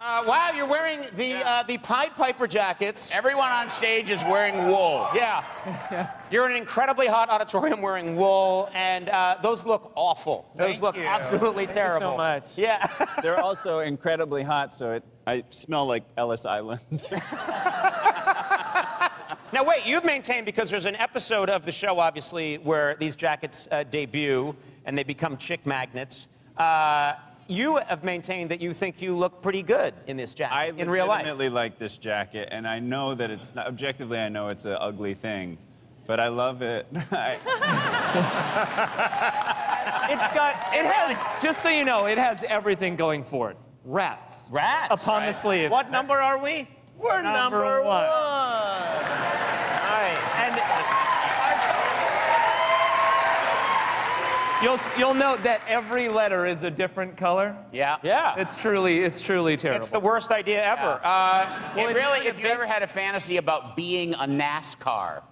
wow, you're wearing the uh, the Pied Piper jackets. Everyone on stage is wearing wool. Yeah. You're in an incredibly hot auditorium wearing wool, and uh, those look awful. Those Thank look you. absolutely Thank you terrible. so much. Oh. Yeah. They're also incredibly hot, so it I smell like Ellis Island. Now, wait, you've maintained because there's an episode of the show, obviously, where these jackets uh, debut and they become chick magnets. Uh, you have maintained that you think you look pretty good in this jacket I in real life. legitimately like this jacket, and I know that it's not, objectively I know it's an ugly thing, but I love it. I, It's got, it has, just so you know, it has everything going for it. Rats. Rats, Upon the right. sleeve. What number are we? We're Number one. Nice. And you'll, you'll note that every letter is a different color. Yeah. Yeah. It's, It's truly, it's truly terrible. the worst idea ever. Uh, It if- really, if if you they- ever had a fantasy about being a NASCAR,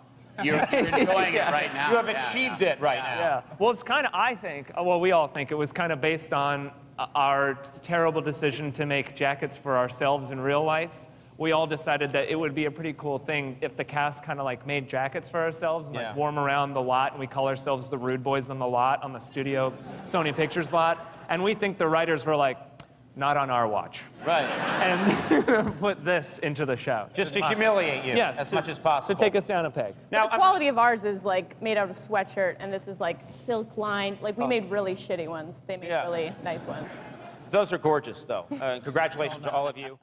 you're, you're enjoying it right now. you have Yeah, achieved yeah. it right now. Yeah. Well, it's kind of, I think, uh, well, we all think it was kind of based on uh, our terrible decision to make jackets for ourselves in real life. We all decided that it would be a pretty cool thing if the cast kind of like made jackets for ourselves and Yeah. like warm around the lot, and we call ourselves the Rude Boys on the lot on the studio Sony Pictures lot. And we think the writers were like, not on our watch, Right. and put this into the show. Just to humiliate you yes, as to- much as possible. To take us down a peg. now, the quality of ours is like made out of sweatshirt, and this is like silk lined. Like we made really shitty ones. They made Oh. Yeah. really nice ones. I'm- those are gorgeous, though. Uh, congratulations to all of you.